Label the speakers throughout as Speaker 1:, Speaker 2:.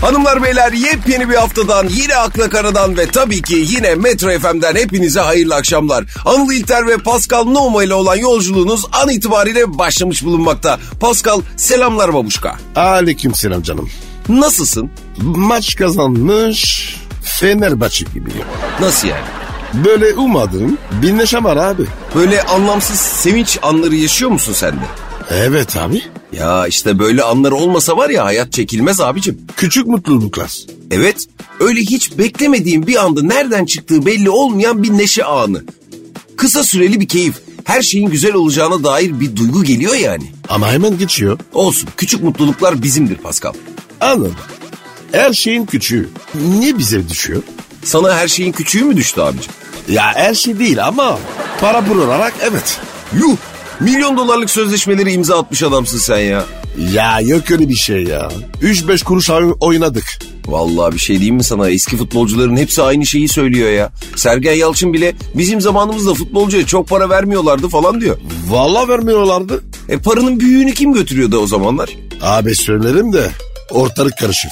Speaker 1: Hanımlar beyler yepyeni bir haftadan yine Akla Karadan ve tabii ki yine Metro FM'den hepinize hayırlı akşamlar. Anıl İlter ve Pascal Noma ile olan yolculuğunuz an itibariyle başlamış bulunmakta. Pascal selamlar babuşka.
Speaker 2: Aleyküm selam canım.
Speaker 1: Nasılsın?
Speaker 2: Maç kazanmış Fenerbahçe gibi.
Speaker 1: Nasıl yani?
Speaker 2: Böyle ummadığım bir neşe var abi.
Speaker 1: Böyle anlamsız sevinç anları yaşıyor musun sen de?
Speaker 2: Evet abi.
Speaker 1: Ya işte böyle anlar olmasa var ya hayat çekilmez abicim.
Speaker 2: Küçük mutluluklar.
Speaker 1: Evet, öyle hiç beklemediğin bir anda nereden çıktığı belli olmayan bir neşe anı. Kısa süreli bir keyif, her şeyin güzel olacağına dair bir duygu geliyor yani.
Speaker 2: Ama hemen geçiyor.
Speaker 1: Olsun, küçük mutluluklar bizimdir Pascal.
Speaker 2: Anladım. Her şeyin küçüğü. Niye bize düşüyor?
Speaker 1: Sana her şeyin küçüğü mü düştü abicim?
Speaker 2: Ya her şey değil ama para bur olarak evet.
Speaker 1: Yuh, milyon dolarlık sözleşmeleri imza atmış adamsın sen ya.
Speaker 2: Ya yok öyle bir şey ya. 3-5 kuruş oy- oynadık.
Speaker 1: Vallahi bir şey diyeyim mi sana? Eski futbolcuların hepsi aynı şeyi söylüyor ya. Sergen Yalçın bile bizim zamanımızda futbolcuya çok para vermiyorlardı falan diyor.
Speaker 2: Valla vermiyorlardı.
Speaker 1: E paranın büyüğünü kim götürüyordu o zamanlar?
Speaker 2: Abi söylerim de ortalık karışır.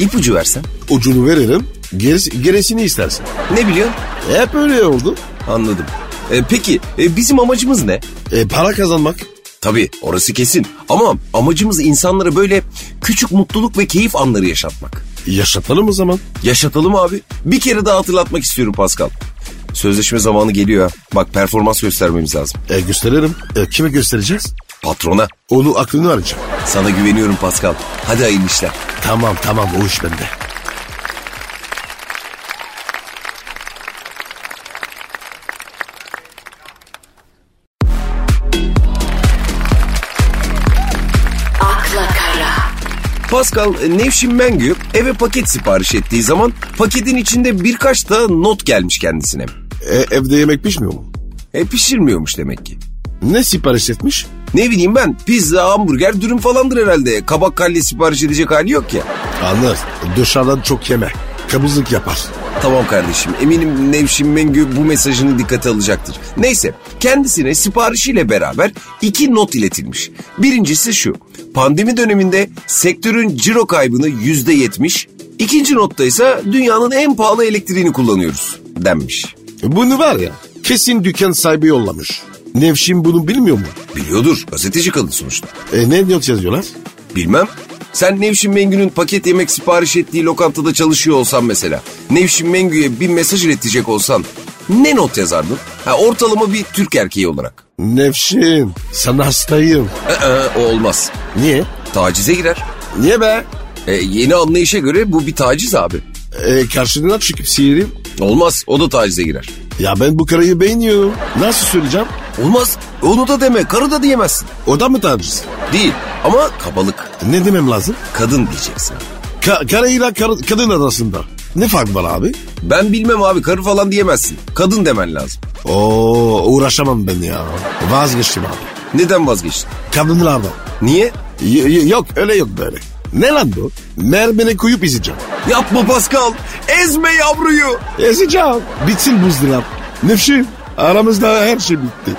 Speaker 1: İpucu versen.
Speaker 2: Ucunu veririm gerisi, gerisini istersin.
Speaker 1: Ne biliyorsun?
Speaker 2: E, Hep öyle oldu.
Speaker 1: Anladım. E, peki e, bizim amacımız ne?
Speaker 2: E, para kazanmak.
Speaker 1: Tabii orası kesin ama amacımız insanlara böyle küçük mutluluk ve keyif anları yaşatmak.
Speaker 2: Yaşatalım o zaman.
Speaker 1: Yaşatalım abi. Bir kere daha hatırlatmak istiyorum Pascal. Sözleşme zamanı geliyor ha. Bak performans göstermemiz lazım.
Speaker 2: E, gösteririm. E, kime göstereceğiz?
Speaker 1: Patrona.
Speaker 2: Onu aklını arayacağım.
Speaker 1: Sana güveniyorum Pascal. Hadi hayırlı işler.
Speaker 2: Tamam tamam o iş bende.
Speaker 3: akla kara,
Speaker 1: Pascal e, Nevşin Mengü eve paket sipariş ettiği zaman paketin içinde birkaç da not gelmiş kendisine.
Speaker 2: E, evde yemek pişmiyor mu?
Speaker 1: E pişirmiyormuş demek ki.
Speaker 2: Ne sipariş etmiş?
Speaker 1: Ne bileyim ben pizza, hamburger, dürüm falandır herhalde. Kabak kalle sipariş edecek hali yok ya.
Speaker 2: Anlar. Dışarıdan çok yeme. Kabızlık yapar.
Speaker 1: Tamam kardeşim eminim Nevşin Mengü bu mesajını dikkate alacaktır. Neyse kendisine siparişiyle beraber iki not iletilmiş. Birincisi şu pandemi döneminde sektörün ciro kaybını yüzde yetmiş. İkinci notta ise dünyanın en pahalı elektriğini kullanıyoruz denmiş.
Speaker 2: E, Bunu var ya kesin dükkan sahibi yollamış. Nevşin bunu bilmiyor mu?
Speaker 1: Biliyordur gazeteci kadın sonuçta.
Speaker 2: E, ne not yazıyorlar?
Speaker 1: Bilmem. Sen Nevşin Mengü'nün paket yemek sipariş ettiği lokantada çalışıyor olsan mesela. Nevşin Mengü'ye bir mesaj iletecek olsan ne not yazardın? Ha, ortalama bir Türk erkeği olarak.
Speaker 2: Nevşin sana hastayım.
Speaker 1: Ee, o olmaz.
Speaker 2: Niye?
Speaker 1: Tacize girer.
Speaker 2: Niye be?
Speaker 1: E, yeni anlayışa göre bu bir taciz abi.
Speaker 2: E, karşılığına çıkıp sihirim.
Speaker 1: Olmaz o da tacize girer.
Speaker 2: Ya ben bu karayı beğeniyorum. Nasıl söyleyeceğim?
Speaker 1: Olmaz onu da deme karı da diyemezsin.
Speaker 2: O da mı taciz?
Speaker 1: Değil ama kabalık
Speaker 2: Ne demem lazım?
Speaker 1: kadın diyeceksin.
Speaker 2: Ka karıyla kar- kadın arasında. Ne fark var abi?
Speaker 1: Ben bilmem abi karı falan diyemezsin. Kadın demen lazım.
Speaker 2: Oo uğraşamam ben ya. Vazgeçtim abi.
Speaker 1: Neden vazgeçtin?
Speaker 2: Kadınlardan.
Speaker 1: Niye?
Speaker 2: Y- y- yok öyle yok böyle. Ne lan bu? Mermini koyup izleyeceğim.
Speaker 1: Yapma Pascal. Ezme yavruyu.
Speaker 2: Ezeceğim. Bitsin buzdolabı. Nefşim aramızda her şey bitti.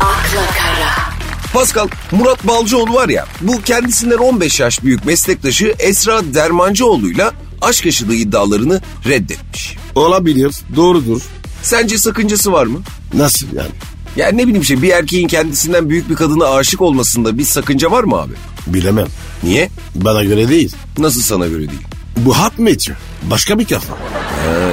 Speaker 3: akla kara,
Speaker 1: Pascal Murat Balcıoğlu var ya bu kendisinden 15 yaş büyük meslektaşı Esra Dermancıoğlu'yla aşk yaşadığı iddialarını reddetmiş.
Speaker 2: Olabilir doğrudur.
Speaker 1: Sence sakıncası var mı?
Speaker 2: Nasıl yani?
Speaker 1: Yani ne bileyim şey bir erkeğin kendisinden büyük bir kadına aşık olmasında bir sakınca var mı abi?
Speaker 2: Bilemem.
Speaker 1: Niye?
Speaker 2: Bana göre değil.
Speaker 1: Nasıl sana göre değil?
Speaker 2: Bu hap mı ediyor? Başka bir kafa.
Speaker 1: Ha,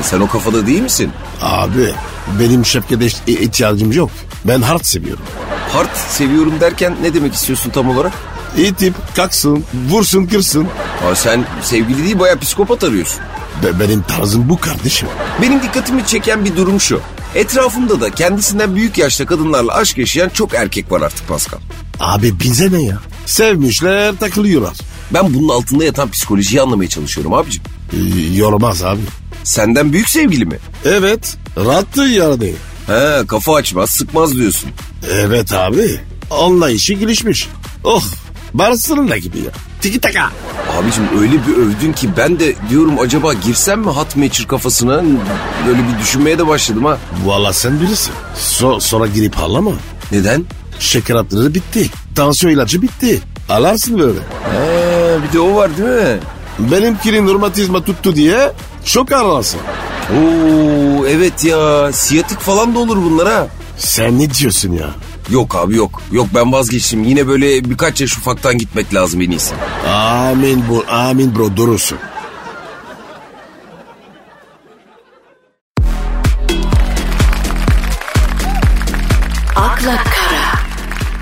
Speaker 1: sen o kafada değil misin?
Speaker 2: Abi benim şefkede iht- ihtiyacım yok. Ben hard seviyorum.
Speaker 1: Hart seviyorum derken ne demek istiyorsun tam olarak?
Speaker 2: İtip, kaksın, vursun, kırsın.
Speaker 1: Ha, sen sevgili değil bayağı psikopat arıyorsun.
Speaker 2: Be- benim tarzım bu kardeşim.
Speaker 1: Benim dikkatimi çeken bir durum şu. Etrafımda da kendisinden büyük yaşta kadınlarla aşk yaşayan çok erkek var artık Pascal.
Speaker 2: Abi bize ne ya? Sevmişler takılıyorlar.
Speaker 1: Ben bunun altında yatan psikolojiyi anlamaya çalışıyorum abicim.
Speaker 2: Ee, yormaz abi.
Speaker 1: Senden büyük sevgili mi?
Speaker 2: Evet. Rahattı yani.
Speaker 1: He kafa açmaz sıkmaz diyorsun.
Speaker 2: Evet abi. Anlayışı gelişmiş. Oh. Barcelona gibi ya. Tiki taka.
Speaker 1: Abicim öyle bir övdün ki ben de diyorum acaba girsem mi Hot Matcher kafasına böyle bir düşünmeye de başladım ha.
Speaker 2: Valla sen bilirsin. So- sonra girip ağlama.
Speaker 1: Neden?
Speaker 2: Şeker hapları bitti. Tansiyon ilacı bitti. Alarsın böyle.
Speaker 1: Ee, bir de o var değil mi?
Speaker 2: Benimkinin romatizma tuttu diye çok ağlarsın.
Speaker 1: Oo evet ya siyatik falan da olur bunlar ha.
Speaker 2: Sen ne diyorsun ya?
Speaker 1: Yok abi yok. Yok ben vazgeçtim. Yine böyle birkaç yaş ufaktan gitmek lazım en iyisi.
Speaker 2: Amin bu, amin bro doğrusun.
Speaker 3: akla kara,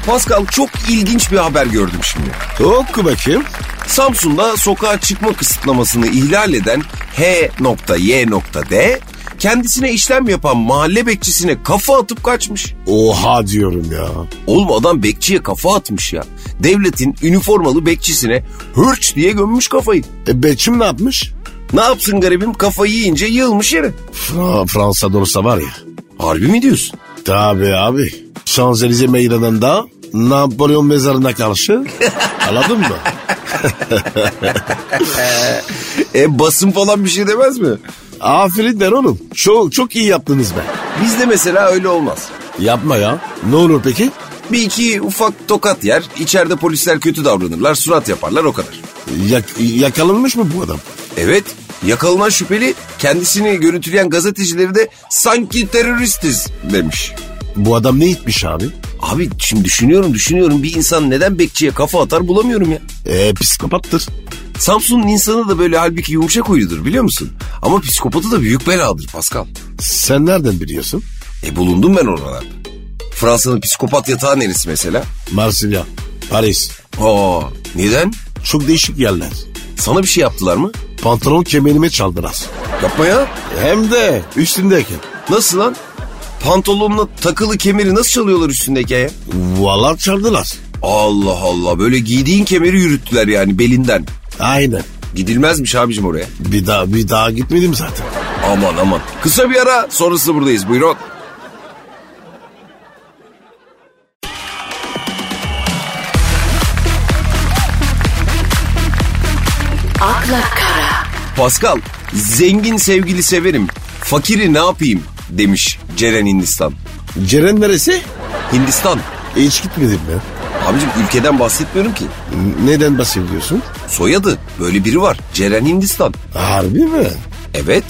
Speaker 1: Pascal çok ilginç bir haber gördüm şimdi.
Speaker 2: Oku bakayım.
Speaker 1: Samsun'da sokağa çıkma kısıtlamasını ihlal eden H.Y.D kendisine işlem yapan mahalle bekçisine kafa atıp kaçmış.
Speaker 2: Oha diyorum ya.
Speaker 1: Oğlum adam bekçiye kafa atmış ya. Devletin üniformalı bekçisine hırç diye gömmüş kafayı.
Speaker 2: E Beçim ne yapmış?
Speaker 1: Ne yapsın garibim kafayı yiyince yığılmış yere.
Speaker 2: Fra- Fransa'da olsa var ya.
Speaker 1: Harbi mi diyorsun?
Speaker 2: Tabi abi. Şanzelize meydanında Napolyon mezarına karşı. Anladın mı?
Speaker 1: E basın falan bir şey demez mi?
Speaker 2: Aferin der oğlum. Çok çok iyi yaptınız be.
Speaker 1: Bizde mesela öyle olmaz.
Speaker 2: Yapma ya. Ne olur peki?
Speaker 1: Bir iki ufak tokat yer, içeride polisler kötü davranırlar, surat yaparlar o kadar.
Speaker 2: Yak- yakalanmış mı bu adam?
Speaker 1: Evet, yakalanan şüpheli kendisini görüntüleyen gazetecileri de sanki teröristiz demiş.
Speaker 2: Bu adam ne itmiş abi?
Speaker 1: Abi şimdi düşünüyorum düşünüyorum bir insan neden bekçiye kafa atar bulamıyorum ya.
Speaker 2: E psikopattır.
Speaker 1: Samsun'un insanı da böyle halbuki yumuşak huyludur biliyor musun? Ama psikopatı da büyük beladır Pascal.
Speaker 2: Sen nereden biliyorsun?
Speaker 1: E bulundum ben oralarda. Fransa'nın psikopat yatağı neresi mesela?
Speaker 2: Marsilya, Paris.
Speaker 1: Aa neden?
Speaker 2: Çok değişik yerler.
Speaker 1: Sana bir şey yaptılar mı?
Speaker 2: Pantolon kemerime çaldılar.
Speaker 1: Yapma ya.
Speaker 2: Hem de üstündeyken.
Speaker 1: Nasıl lan? Pantolonla takılı kemeri nasıl çalıyorlar üstündeki ya?
Speaker 2: Valla çaldılar.
Speaker 1: Allah Allah böyle giydiğin kemeri yürüttüler yani belinden.
Speaker 2: Aynen.
Speaker 1: Gidilmezmiş abicim oraya.
Speaker 2: Bir daha bir daha gitmedim zaten.
Speaker 1: Aman aman. Kısa bir ara sonrası buradayız buyurun.
Speaker 3: akla kara,
Speaker 1: Pascal zengin sevgili severim. Fakiri ne yapayım demiş Ceren Hindistan.
Speaker 2: Ceren neresi?
Speaker 1: Hindistan.
Speaker 2: Hiç gitmedim ben.
Speaker 1: Abicim ülkeden bahsetmiyorum ki.
Speaker 2: N- Neden bahsediyorsun?
Speaker 1: Soyadı böyle biri var. Ceren Hindistan.
Speaker 2: Harbi mi?
Speaker 1: Evet.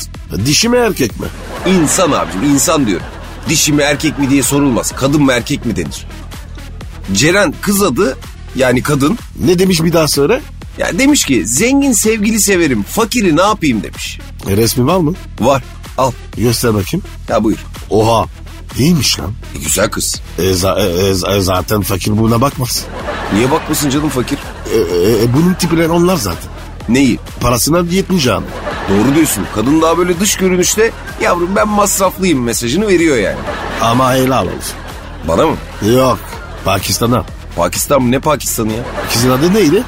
Speaker 2: Dişi mi erkek mi?
Speaker 1: İnsan abicim insan diyorum. Dişi mi erkek mi diye sorulmaz. Kadın mı erkek mi denir. Ceren kız adı yani kadın.
Speaker 2: Ne demiş bir daha söyle?
Speaker 1: Ya demiş ki zengin sevgili severim fakiri ne yapayım demiş.
Speaker 2: E, resmi var mı?
Speaker 1: Var al
Speaker 2: Göster bakayım.
Speaker 1: ya buyur.
Speaker 2: Oha. İyiymiş lan.
Speaker 1: E, güzel kız.
Speaker 2: E, za- e, e, za- e, zaten fakir buna bakmaz.
Speaker 1: Niye bakmasın canım fakir?
Speaker 2: E, e, e, bunun tipleri onlar zaten.
Speaker 1: Neyi?
Speaker 2: Parasına yetmeyeceğim.
Speaker 1: Doğru diyorsun. Kadın daha böyle dış görünüşte yavrum ben masraflıyım mesajını veriyor yani.
Speaker 2: Ama helal olsun.
Speaker 1: Bana mı?
Speaker 2: Yok. Pakistan'a.
Speaker 1: Pakistan mı? Ne Pakistan'ı ya?
Speaker 2: Kızın adı neydi?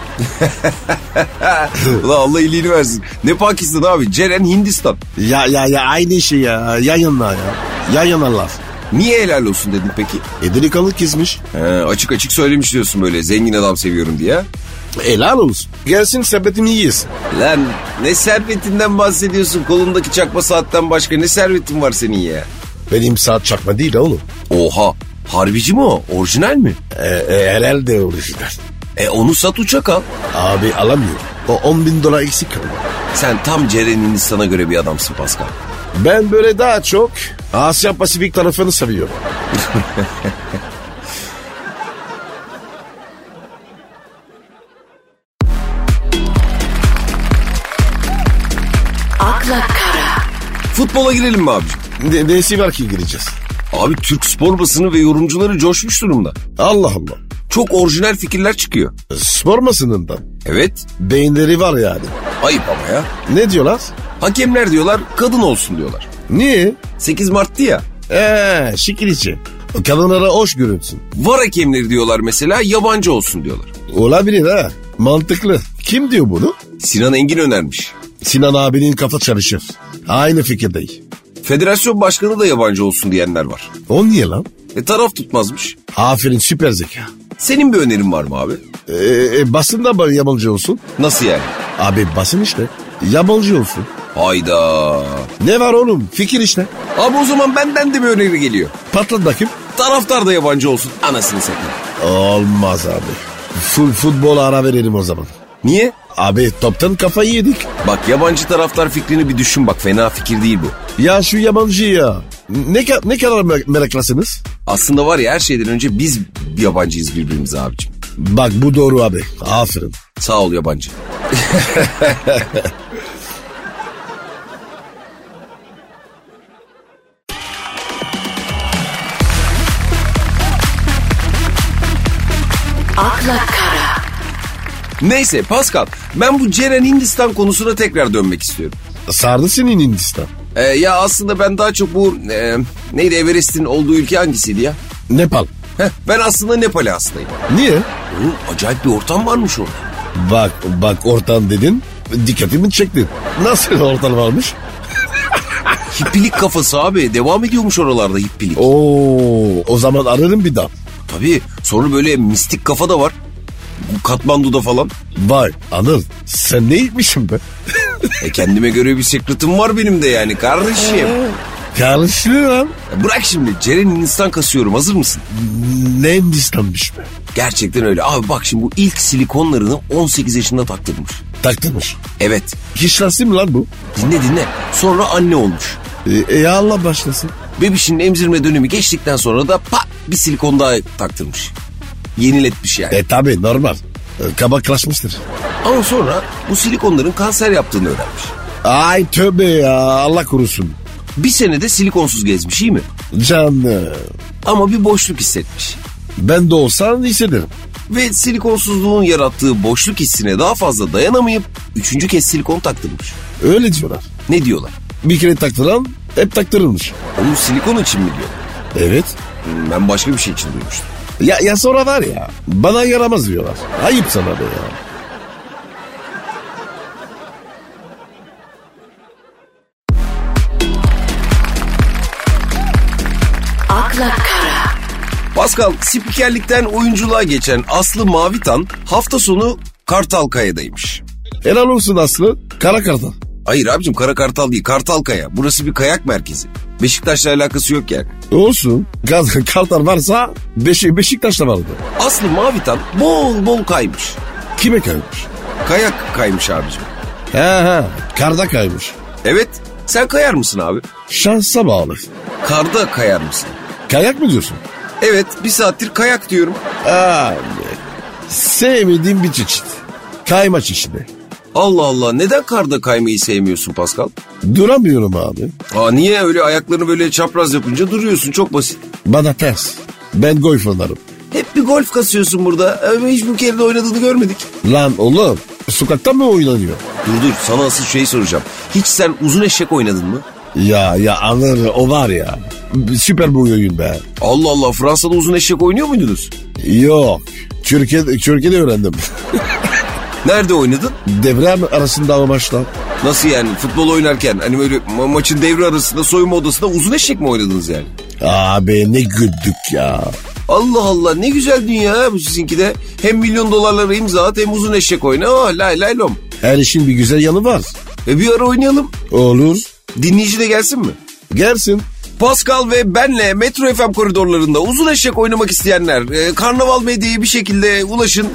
Speaker 1: Ulan Allah iyiliğini versin. Ne Pakistan abi? Ceren Hindistan.
Speaker 2: Ya ya ya aynı şey ya. Yan yana ya. Yan yanalar.
Speaker 1: Niye helal olsun dedin peki?
Speaker 2: E delikanlı kesmiş.
Speaker 1: He, açık açık söylemiş diyorsun böyle zengin adam seviyorum diye.
Speaker 2: Helal olsun. Gelsin sepetimi yiyesin.
Speaker 1: Lan ne servetinden bahsediyorsun? Kolundaki çakma saatten başka ne servetin var senin ya?
Speaker 2: Benim saat çakma değil oğlum.
Speaker 1: Oha harbici mi o? Orijinal mi?
Speaker 2: E, e, herhalde orijinal.
Speaker 1: E onu sat uçak al.
Speaker 2: Abi alamıyorum. O 10 bin dolar eksik kalıyor.
Speaker 1: Sen tam Ceren'in sana göre bir adamsın Pascal.
Speaker 2: Ben böyle daha çok Asya Pasifik tarafını seviyorum.
Speaker 3: akla kara,
Speaker 1: Futbola girelim mi abicim?
Speaker 2: Ne, nesi var ki gireceğiz?
Speaker 1: Abi Türk spor basını ve yorumcuları coşmuş durumda.
Speaker 2: Allah Allah.
Speaker 1: Çok orijinal fikirler çıkıyor.
Speaker 2: Spor masınından.
Speaker 1: Evet
Speaker 2: Beyinleri var yani.
Speaker 1: ayıp ama ya.
Speaker 2: Ne diyorlar?
Speaker 1: Hakemler diyorlar kadın olsun diyorlar.
Speaker 2: Niye?
Speaker 1: 8 Mart'tı ya.
Speaker 2: Eee şikil içi. Kadınlara hoş görünsün.
Speaker 1: Var hakemleri diyorlar mesela yabancı olsun diyorlar.
Speaker 2: Olabilir ha. Mantıklı. Kim diyor bunu?
Speaker 1: Sinan Engin önermiş.
Speaker 2: Sinan abinin kafa çalışır. Aynı fikirdeyim.
Speaker 1: Federasyon başkanı da yabancı olsun diyenler var.
Speaker 2: O niye lan?
Speaker 1: E taraf tutmazmış.
Speaker 2: Aferin süper zeka.
Speaker 1: Senin bir önerin var mı abi?
Speaker 2: E, e, basın da bari yabancı olsun.
Speaker 1: Nasıl yani?
Speaker 2: Abi basın işte. Yabancı olsun.
Speaker 1: Hayda.
Speaker 2: Ne var oğlum? Fikir işte.
Speaker 1: Abi o zaman benden de bir öneri geliyor.
Speaker 2: Patlat bakayım.
Speaker 1: Taraftar da yabancı olsun anasını satayım.
Speaker 2: Olmaz abi. Full futbol ara verelim o zaman.
Speaker 1: Niye?
Speaker 2: Abi toptan kafayı yedik.
Speaker 1: Bak yabancı taraftar fikrini bir düşün bak fena fikir değil bu.
Speaker 2: Ya şu yabancı ya. Ne, ka- ne kadar mer- meraklısınız?
Speaker 1: Aslında var ya her şeyden önce biz yabancıyız birbirimize abicim.
Speaker 2: Bak bu doğru abi. Aferin.
Speaker 1: Sağ ol yabancı.
Speaker 3: akla kara,
Speaker 1: Neyse Pascal ben bu Ceren Hindistan konusuna tekrar dönmek istiyorum.
Speaker 2: Sardı senin Hindistan.
Speaker 1: Ee, ya aslında ben daha çok bu e, neydi Everest'in olduğu ülke hangisiydi ya?
Speaker 2: Nepal.
Speaker 1: Heh, ben aslında Nepal'e hastayım.
Speaker 2: Niye?
Speaker 1: Oğlum acayip bir ortam varmış orada.
Speaker 2: Bak bak ortam dedin. Dikkatimi çektin. Nasıl ortam varmış?
Speaker 1: Hippilik kafası abi devam ediyormuş oralarda hippilik.
Speaker 2: Oo, o zaman ararım bir daha.
Speaker 1: Tabii sonra böyle mistik kafa da var. Bu Katmandu'da falan.
Speaker 2: Vay Anıl sen ne gitmişsin be?
Speaker 1: E kendime göre bir secretim var benim de yani kardeşim.
Speaker 2: Karışlı lan.
Speaker 1: Ya Bırak şimdi Ceren Hindistan kasıyorum hazır mısın?
Speaker 2: Ne Hindistan'mış be?
Speaker 1: Gerçekten öyle. Abi bak şimdi bu ilk silikonlarını 18 yaşında taktırmış.
Speaker 2: Taktırmış.
Speaker 1: Evet
Speaker 2: Kişilensin mi lan bu?
Speaker 1: dinle dinle. Sonra anne olmuş.
Speaker 2: E, e Allah başlasın.
Speaker 1: Bebişinin emzirme dönemi geçtikten sonra da pat bir silikon daha taktırmış. Yeniletmiş yani.
Speaker 2: E tabi normal. E, kabaklaşmıştır.
Speaker 1: Ama sonra bu silikonların kanser yaptığını öğrenmiş.
Speaker 2: Ay tövbe ya Allah korusun.
Speaker 1: Bir senede silikonsuz gezmiş iyi mi?
Speaker 2: Canım.
Speaker 1: Ama bir boşluk hissetmiş.
Speaker 2: Ben de olsan hissederim.
Speaker 1: Ve silikonsuzluğun yarattığı boşluk hissine daha fazla dayanamayıp üçüncü kez silikon taktırmış.
Speaker 2: Öyle diyorlar.
Speaker 1: Ne diyorlar?
Speaker 2: Bir kere taktıran hep taktırılmış.
Speaker 1: Onun silikon için mi diyor?
Speaker 2: Evet.
Speaker 1: Hmm, Ben başka bir şey için duymuştum.
Speaker 2: Ya, ya sonra var ya bana yaramaz diyorlar. Ayıp sana be ya.
Speaker 3: akla kara,
Speaker 1: Pascal spikerlikten oyunculuğa geçen Aslı Mavitan hafta sonu Kartalkaya'daymış.
Speaker 2: Helal olsun Aslı. Kara kartal.
Speaker 1: Hayır abicim Kara Kartal değil Kartalkaya. Burası bir kayak merkezi. Beşiktaş'la alakası yok yani.
Speaker 2: E Olsun. Kar- Kartal varsa Beşi, Beşiktaş'ta vardı.
Speaker 1: Aslı Mavitan bol bol kaymış.
Speaker 2: Kime kaymış?
Speaker 1: Kayak kaymış abicim.
Speaker 2: He he. Karda kaymış.
Speaker 1: Evet sen kayar mısın abi?
Speaker 2: Şansa bağlı.
Speaker 1: Karda kayar mısın?
Speaker 2: Kayak mı diyorsun?
Speaker 1: Evet bir saattir kayak diyorum.
Speaker 2: Abi. Sevmediğim bir çeşit. Kayma çeşidi.
Speaker 1: Allah Allah neden karda kaymayı sevmiyorsun Pascal?
Speaker 2: Duramıyorum abi.
Speaker 1: Aa niye öyle ayaklarını böyle çapraz yapınca duruyorsun çok basit.
Speaker 2: Bana ters. Ben golf oynarım.
Speaker 1: Hep bir golf kasıyorsun burada. Ama hiç bu kere de oynadığını görmedik.
Speaker 2: Lan oğlum sokakta mı oynanıyor?
Speaker 1: Dur dur sana asıl şeyi soracağım. Hiç sen uzun eşek oynadın mı?
Speaker 2: Ya ya anır o var ya. Süper bu oyun be.
Speaker 1: Allah Allah Fransa'da uzun eşek oynuyor muydunuz?
Speaker 2: Yok. Türkiye'de, Türkiye'de öğrendim.
Speaker 1: Nerede oynadın?
Speaker 2: Devrem arasında o maçta.
Speaker 1: Nasıl yani futbol oynarken hani böyle ma- maçın devre arasında soyunma odasında uzun eşek mi oynadınız yani?
Speaker 2: Abi ne güldük ya.
Speaker 1: Allah Allah ne güzel dünya ya bu sizinki de. Hem milyon dolarlara imza at hem uzun eşek oyna. Oh, lay lay lom.
Speaker 2: Her işin bir güzel yanı var.
Speaker 1: E bir ara oynayalım.
Speaker 2: Olur.
Speaker 1: Dinleyici de gelsin mi?
Speaker 2: Gelsin.
Speaker 1: Pascal ve benle Metro FM koridorlarında uzun eşek oynamak isteyenler e, Karnaval Medya'ya bir şekilde ulaşın.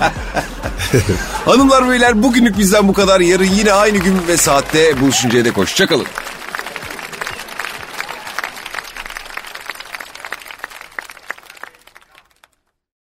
Speaker 1: Hanımlar beyler bugünlük bizden bu kadar. Yarın yine aynı gün ve saatte buluşuncaya dek hoşçakalın.